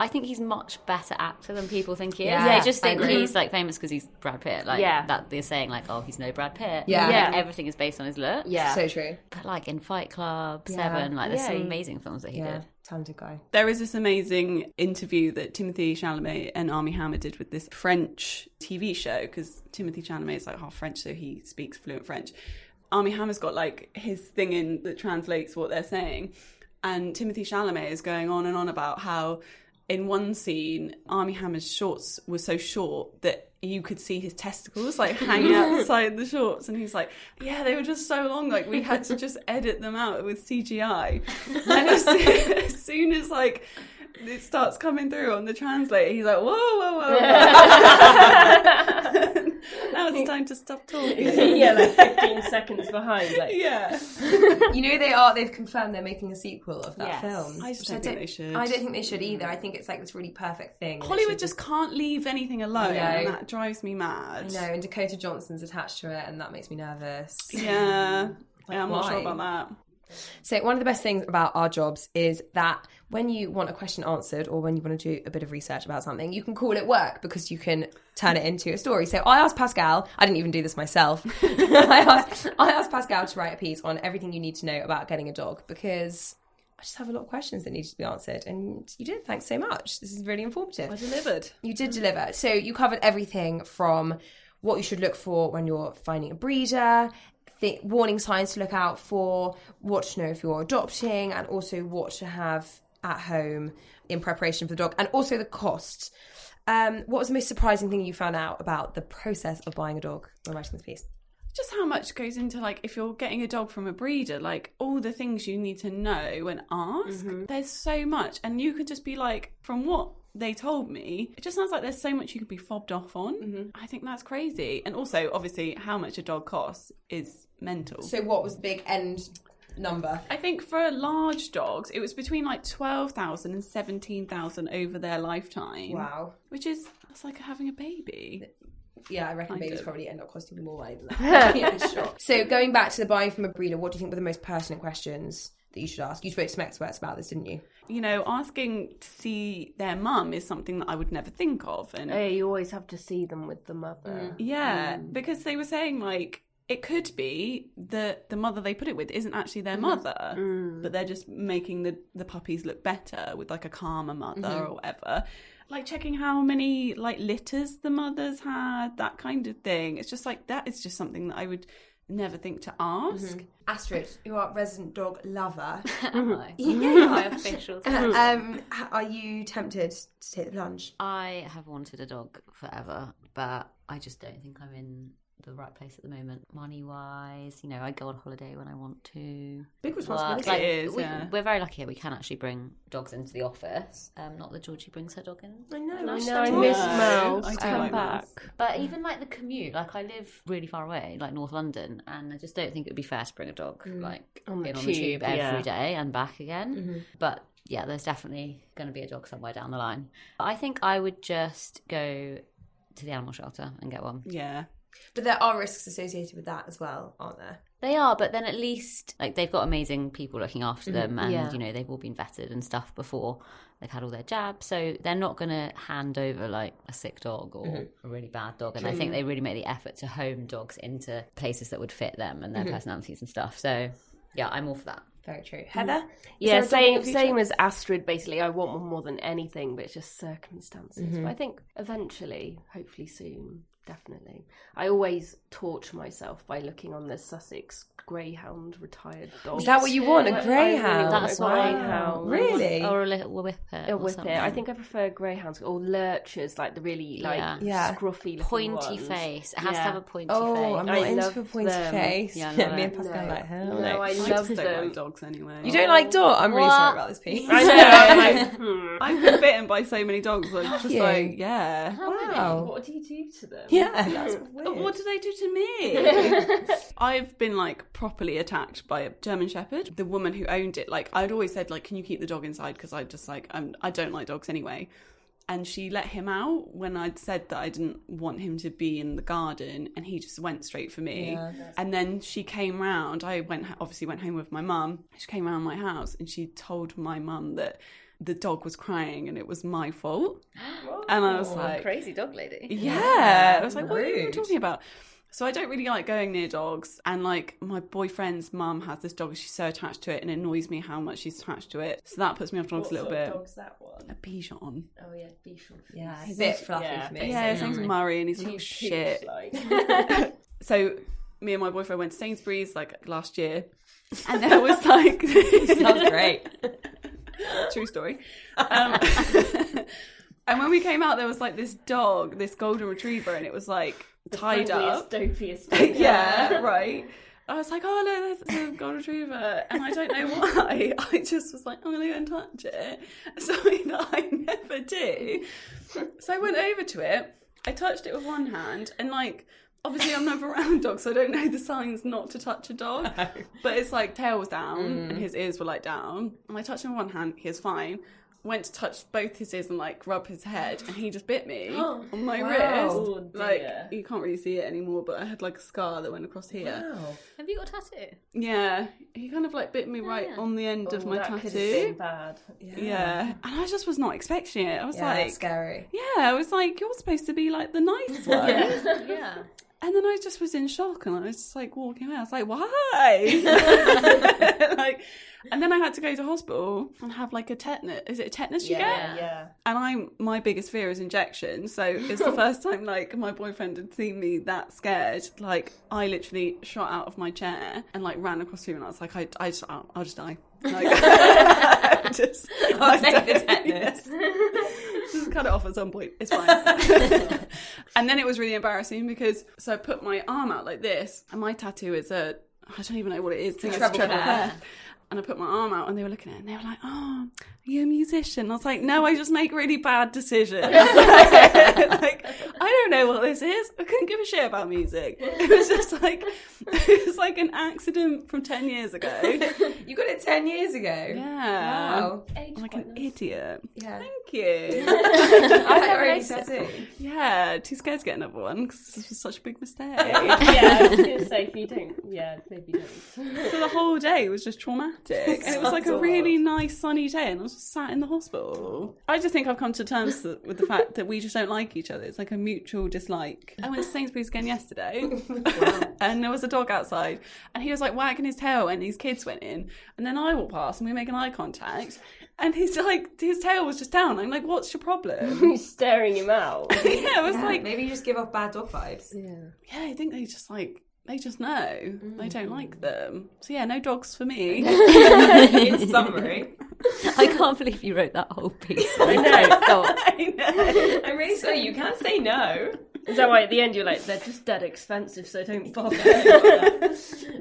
i think he's much better actor than people think he is
Yeah.
they just
I
think
agree.
he's like famous because he's brad pitt like
Yeah.
that they're saying like oh he's no brad pitt
Yeah.
Like,
Yeah.
everything is based on his look
Yeah.
So true.
but like in fight club seven like there's some amazing films that he did
Talented guy.
There is this amazing interview that Timothy Chalamet and Army Hammer did with this French TV show because Timothy Chalamet is like half French, so he speaks fluent French. Army Hammer's got like his thing in that translates what they're saying, and Timothy Chalamet is going on and on about how in one scene Army Hammer's shorts were so short that you could see his testicles like hanging outside the shorts, and he's like, "Yeah, they were just so long, like we had to just edit them out with CGI." And as soon as, soon as like it starts coming through on the translator, he's like, "Whoa, whoa, whoa!" whoa." now it's time to stop talking.
yeah, like 15 seconds behind. Like,
Yeah,
You know they are. They've confirmed they're making a sequel of that
Yes.
film.
I just
Which
don't think they should.
I don't think they should either. I think it's like this really perfect thing. They
Hollywood
should
just can't leave anything alone,
know.
and that drives me mad.
no. And Dakota Johnson's attached to it, and that makes me nervous.
Yeah. yeah, I'm not sure
why?
about that.
So one of the best things about our jobs is that when you want a question answered or when you want to do a bit of research about something, you can call it work because you can turn it into a story. So I asked Pascal, I didn't even do this myself. I asked I asked Pascal to write a piece on everything you need to know about getting a dog because I just have a lot of questions that needed to be answered and you did. Thanks so much. This is really informative.
Delivered.
You did deliver. So you covered everything from what you should look for when you're finding a breeder, th- warning signs to look out for, what to know if you're adopting, and also what to have at home in preparation for the dog, and also the cost. Um, what was the most surprising thing you found out about the process of buying a dog when writing this piece?
Just how much goes into like if you're getting a dog from a breeder, like all the things you need to know and ask.
Mm-hmm.
There's so much, and you could just be like, from what they told me, it just sounds like there's so much you could be fobbed off on.
Mm-hmm.
I think that's crazy, and also obviously how much a dog costs is mental.
So, what was the big end number?
I think for large dogs, it was between like twelve thousand and seventeen thousand over their lifetime.
Wow.
which is that's like having a baby.
Yeah, I reckon babies
of.
probably end up costing more money than that. yeah, sure. So going back to the buying from a breeder, what do you think were the most pertinent questions that you should ask? You spoke to some experts about this, didn't you?
you know, asking to see their mum is something that I would never think of. And
Oh, you always have to see them with the mother.
Mm. yeah,
Um,
because they were saying like it could be that the mother they put it with isn't actually
Mm-hmm.
their mother,
Mm.
but they're just making the the puppies look better with like a calmer mother
Mm-hmm.
or whatever. Like checking how many like litters the mothers had, that kind of thing. It's just like that is just something that I would never think to ask.
Mm-hmm. Astrid, you are a resident dog lover.
Am I?
"Mm."
Yeah.
official
um, h- are you tempted to take the plunge?
i have wanted a dog forever but i just don't think i'm in the right place at the moment, money wise. You know, I go on holiday when I want to.
Big
Well,
responsibility.
like,
it is,
we,
yeah.
We're very lucky here. We can actually bring dogs into the office. Um, not that Georgie brings her dog in.
I know.
I
wish
know,
there
I
was.
miss
No,
Mouse.
I do
Come
like
back.
Mouse.
But even like the commute, like I live really far away, like North London, and I just don't think it would be fair to bring a dog like
Mm. On the
in on the
tube,
tube every day
yeah. Mm-hmm.
and back again. But yeah, there's definitely going to be a dog somewhere down the line. I think I would just go to the animal shelter and get one.
Yeah.
But there are risks associated with that as well, aren't there?
They are, but then at least like they've got amazing people looking after
Mm-hmm.
them, and
Yeah.
you know they've all been vetted and stuff before. They've had all their jabs, so they're not going to hand over like a sick dog or
Mm-hmm.
a really bad dog. And I think they really make the effort to home dogs into places that would fit them and their
Mm-hmm.
personalities and stuff. So yeah, I'm all for that.
Very true. Heather? Is there
Yeah,
a dog in
same
your future?
same as Astrid. Basically, I want one more than anything, but it's just circumstances. But I think eventually, hopefully soon, definitely. I always torture myself by looking on the Sussex Greyhound retired dog.
Is that what you want? A
I really
greyhound?
want
That's
a
what I-
greyhound.
Oh, Really?
Or a little whippet.
A
or
whippet.
something.
I think I prefer greyhounds or lurchers, like the really like
Yeah.
Yeah.
scruffy, looking
pointy
ones.
face. It has
Yeah.
to have a pointy
Oh,
face.
I'm
I
not
love
into a pointy
them.
face.
Yeah, I
Yeah,
love
me
it.
and Pascal
No.
like, hell no.
No, I
I
love
just don't
them.
like dogs anyway.
You don't like dog? I'm really sorry about this, Pete.
I know. I'm like, hmm.
I've been bitten by so many dogs. I'm just
you?
like, yeah.
Wow.
What do you do to them?
Yeah, that's
But
weird.
What do they do to me? I've been like properly attacked by a German Shepherd. The woman who owned it, like I'd always said, like, can you keep the dog inside? Because I just like I'm, I don't like dogs anyway. And she let him out when I'd said that I didn't want him to be in the garden, and he just went straight for me. and then she came round. I went obviously went home with my mum. She came round my house, and she told my mum that the dog was crying and it was my fault. and I was like,
crazy dog lady.
yeah. I was like, what are you
Rude.
talking about? So I don't really like going near dogs. And like my boyfriend's mum has this dog. She's so attached to it and it annoys me how much she's attached to it. So that puts me off dogs a little bit.
that one?
A Bichon.
Oh yeah, Bichon.
Yeah, he's a bit fluffy
Yeah,
for me.
Yeah, his name's Murray and he's a little shit. So me and my boyfriend went to Sainsbury's like last year. And there was like
Sounds great.
True story. Um, and when we came out, there was like this dog, this golden retriever, and it was like tied up.
dopiest.
yeah, right. I was like, oh no, that's a golden retriever, and I don't know why. I just was like, I'm gonna go and touch it, something that I never do. So I went over to it. I touched it with one hand, and like. Obviously, I'm never around dogs, so I don't know the signs not to touch a dog. But it's like tail was down and his ears were like down. And I touched him with one hand, he was fine. Went to touch both his ears and like rub his head, and he just bit me on my
Oh,
wrist. Like
dear.
you can't really see it anymore, but I had like a scar that went across here.
Have you got a tattoo?
Yeah, he kind of like bit me right on the end of my tattoo.
bad.
Yeah, and I just was not expecting it. I was
Yeah,
like,
that's scary.
yeah, I was like, you're supposed to be like the nice one.
Yeah.
And then I just was in shock and I was just like walking away. I was like, why? like, and then I had to go to hospital and have like a tetanus. Is it a tetanus you get?
Yeah.
And I'm my biggest fear is injection. So it's the first time like my boyfriend had seen me that scared. Like I literally shot out of my chair and like ran across the room and I was like, I, I just, I'll, I'll just die. Like, just, I'll
take the tetanus.
just cut it off at some point. It's fine. and then it was really embarrassing because so I put my arm out like this, and my tattoo is a I don't even know what it is. I think It's
treble clef.
clef. And I put my arm out, and they were looking at it, and they were like, "Oh, are you a musician?" And I was like, "No, I just make really bad decisions. like, I don't know what this is. I couldn't give a shit about music. It was just like it was like an accident from ten years ago.
You got it 10 years ago.
Yeah,
Wow.
I'm like an idiot.
Yeah.
Thank you.
I like already tattoo.
Yeah, too scared to get another one because this was such a big mistake.
yeah, I was gonna say if you don't, yeah, maybe don't.
so the whole day was just traumatic, and it was like a really nice sunny day, and I was just sat in the hospital. I just think I've come to terms th- with the fact that we just don't like each other. It's like a mutual dislike. I went to Sainsbury's again yesterday, and there was a dog outside, and he was like wagging his tail, and these kids went in, and then I walked past, and we were making eye contact, and he's like, his tail was just down. I'm like, what's your problem?
Who's staring him out?
yeah, I was like,
Maybe you just give off bad dog vibes.
yeah, I think they just like they just know they don't like them. So yeah, no dogs for me.
In summary,
I can't believe you wrote that whole piece.
I know.
Go on.
I'm really sorry. You can't say no.
Is that why at the end you're like, they're just dead expensive, so don't bother?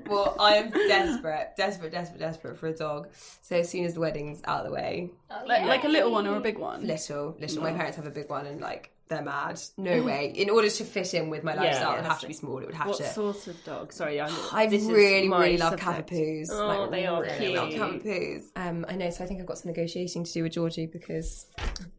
well, I am desperate, desperate, desperate, desperate for a dog. So as soon as the wedding's out of the way,
Like, Uh, like a little one or a big one.
little, little. My parents have a big one, and like they're mad. No way. In order to fit in with my lifestyle, it would have to be small. It would have
what
to.
sort of dog? Sorry, I'm,
I
this is
really,
my
really love
subject.
cavapoos.
Oh,
Like,
they are
really love
cute.
cavapoos. Um, I know, so I think I've got some negotiating to do with Georgie because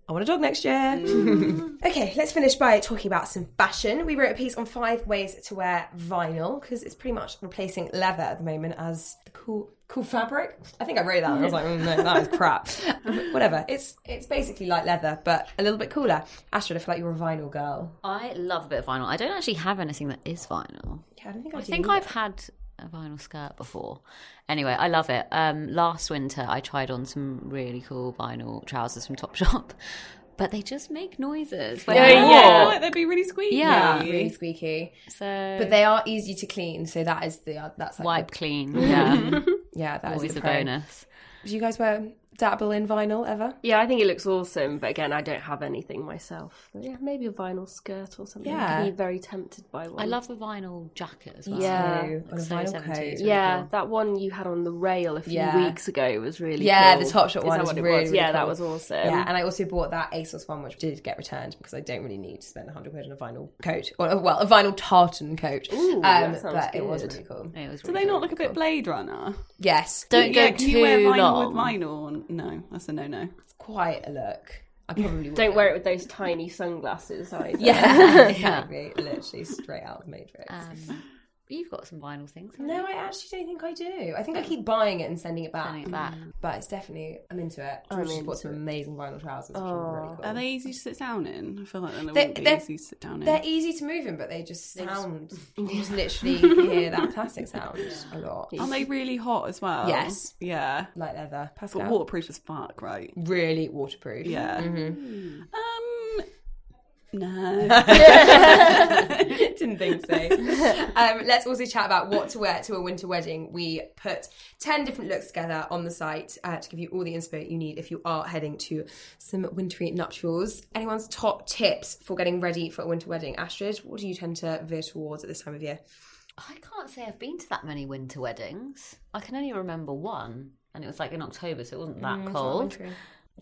I want a dog next year.
Mm.
okay, let's finish by talking about some fashion. We wrote a piece on five ways to wear vinyl because it's pretty much replacing leather at the moment as the cool. Cool fabric. I think I wrote that. And I was like, mm, no, that is crap. Whatever. It's it's basically like leather, but a little bit cooler. Astrid, I feel like you're a vinyl girl.
I love a bit of vinyl. I don't actually have anything that is vinyl.
Yeah, I don't think I,
I
do
think
either.
I've had a vinyl skirt before. Anyway, I love it. Um, last winter, I tried on some really cool vinyl trousers from Topshop, but they just make noises. when
Yeah,
they're
yeah.
worn.
Oh, like they'd be really squeaky.
Yeah.
really squeaky.
So
But they are easy to clean, so that is the that's like
wipe clean. Yeah,
The, yeah, that is
always
the
a
pro.
bonus.
Do you guys wear dabble in vinyl ever?
Yeah, I think it looks awesome, but again, I don't have anything myself. But yeah, maybe a vinyl skirt or something.
Yeah.
I'd be very tempted by one.
I love a vinyl jacket as well.
Yeah.
No, Uh, on a
so
vinyl
70s.
coat.
Yeah, that one you had on the rail a few
Yeah.
weeks ago was really
Yeah,
cool.
the Topshop
Is
one
that
is
what it
really,
was?
really
yeah, that
cool.
was awesome.
yeah, and I also bought that ASOS one, which did get returned because I don't really need to spend 100 quid on a vinyl coat. Or, uh, well, a vinyl tartan coat.
Ooh,
um,
that sounds
but it
good.
was really cool.
It was
Do
really
they
cool.
not look a bit Blade Runner?
Yes,
Don't go
yeah,
too
can you wear vinyl
long.
with vinyl? No, that's a no no.
it's quite a look. I probably
Don't wear it with those tiny sunglasses either.
Yeah, exactly. Literally straight out of the Matrix.
Um, you've got some vinyl things. haven't
no, I actually don't think I do. I think I keep buying it and sending it back.
you? Like that.
But it's definitely I'm into it. George has bought some amazing vinyl trousers, which are really cool.
Are they easy to sit down in? I feel like they
They-
wouldn't be
they're-
easy to sit down in.
They're easy to move in, but they just sound. You just literally hear that plastic sound a lot,
Are they really hot as well?
Yes. Mm-hmm.
Yeah.
like leather.
But
Pascal,
waterproof as fuck, right?
really waterproof.
Yeah. Um. No.
didn't think so. um, let's also chat about what to wear to a winter wedding. We put 10 different looks together on the site uh, to give you all the inspo you need if you are heading to some wintry nuptials. Anyone's top tips for getting ready for a winter wedding? Astrid, what do you tend to veer towards at this time of year?
I can't say I've been to that many winter weddings. I can only remember one, and it was like in October, so it wasn't that cold.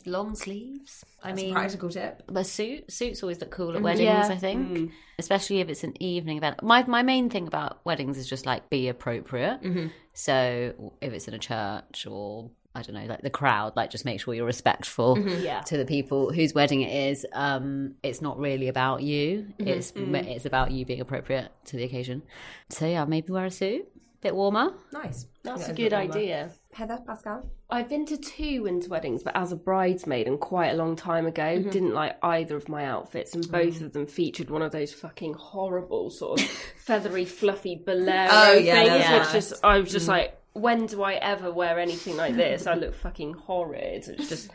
Long sleeves. I
That's a
mean,
practical tip.
a suit. Suits always look cool at weddings.
Mm, Yeah.
I think, especially if it's an evening event. My my main thing about weddings is just like be appropriate.
Mm-hmm.
So if it's in a church or I don't know, like the crowd, like just make sure you're respectful
Yeah.
to the people whose wedding it is. Um, it's not really about you.
Mm-hmm.
It's it's about you being appropriate to the occasion. So yeah, maybe wear a suit, bit warmer.
Nice.
That's
Yeah,
a good
warmer.
idea.
Heather, Pascal.
I've been to two winter weddings, but as a bridesmaid and quite a long time ago,
Mm-hmm.
didn't like either of my outfits, and both
Mm.
of them featured one of those fucking horrible sort of feathery, fluffy bolero
Oh, yeah, Mm.
things.
they're
Which just I was just like, when do I ever wear anything like this? I look fucking horrid. It's just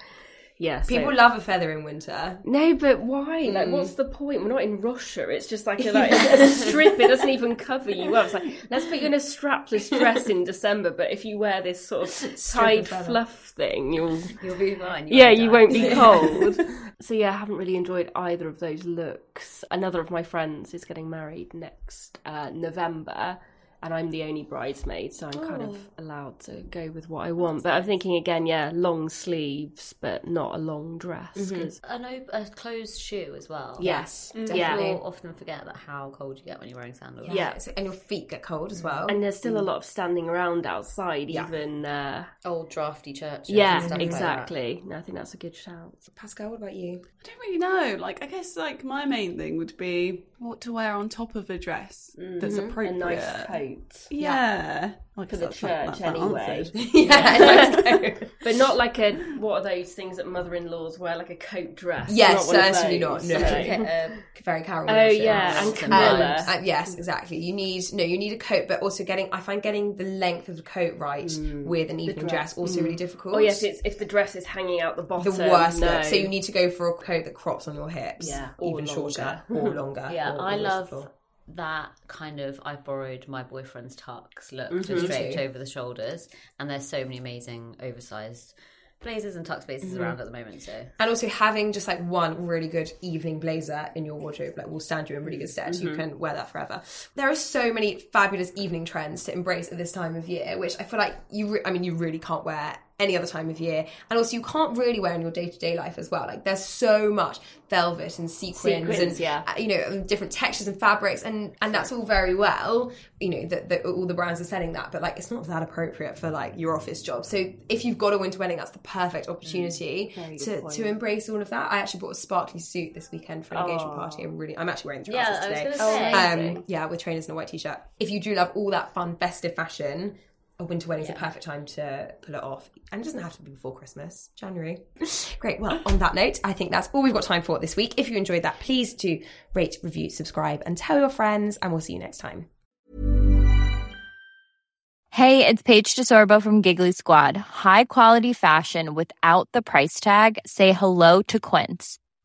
yeah. so-
People love a feather in winter.
no, but why? Hmm. Like, what's the point? We're not in Russia. It's just like a, like, a strip. It doesn't even cover you up. It's like, let's put you in a strapless dress in December, but if you wear this sort of tied fluff thing, you'll.
You'll be fine.
Yeah, you won't be cold. so, yeah, I haven't really enjoyed either of those looks. Another of my friends is getting married next uh, November. And I'm the only bridesmaid, so I'm kind of allowed to go with what I want. But I'm thinking again, yeah, long sleeves, but not a long dress. 'cause
An op- a closed shoe as well.
Yes,
People
definitely.
often forget that how cold you get when you're wearing sandals.
Yeah.
So- and your feet get cold as well.
And there's still a lot of standing around outside, even. Uh,
Old drafty churches. and
yeah,
stuff
exactly. No, I think that's a good shout.
Pascal, what about you?
I don't really know. Like, I guess like my main thing would be what to wear on top of a dress that's
A
appropriate.
nice coat.
Yeah. Like
For the church, anyway.
Yeah,
But not like a, what are those things that mother in laws wear, like a coat dress?
yes,
one of
certainly not.
those.
No, uh, very Carol.
Oh,
Wilson.
yeah, and
Um,
Camilla.
uh, yes, exactly. You need no, you need a coat, but also getting. I find getting the length of the coat right with an evening Mm. dress Mm. also really difficult.
oh, yes, it's, if the dress is hanging out the
the
bottom.
worst
no.
look. So you need to go for a coat that crops on your hips,
Yeah,
or
even shorter or longer.
Yeah,
or- or
I love
wasteful.
that kind of. I borrowed my boyfriend's tux look, just draped over the shoulders, and there's so many amazing oversized Blazers and tuck spaces around at the moment, so
And also having just like one really good evening blazer in your wardrobe like will stand you in really good stead. You can wear that forever. There are so many fabulous evening trends to embrace at this time of year, which I feel like you. Re- I mean, you really can't wear any other time of year, and also you can't really wear in your day to day life as well. Like there's so much velvet and sequins, and
Sequins, yeah.
uh, you know and different textures and fabrics, and and that's all very well. You know that that all the brands are selling that, but like it's not that appropriate for like your office job. So if you've got a winter wedding, that's the perfect
Mm.
opportunity to, to embrace all of that. I actually bought a sparkly suit this weekend for an engagement party. I'm really, I'm actually wearing the trousers
Yeah, I was
today.
gonna say. Oh,
um, yeah, with trainers and a white t-shirt. If you do love all that fun festive fashion. A winter wedding's the perfect time to pull it off. And it doesn't have to be before Christmas, January. Great. Well, on that note, I think that's all we've got time for this week. If you enjoyed that, please do rate, review, subscribe, and tell your friends. And we'll see you next time.
Hey, it's Paige DeSorbo from Giggly Squad. High quality fashion without the price tag. Say hello to Quince.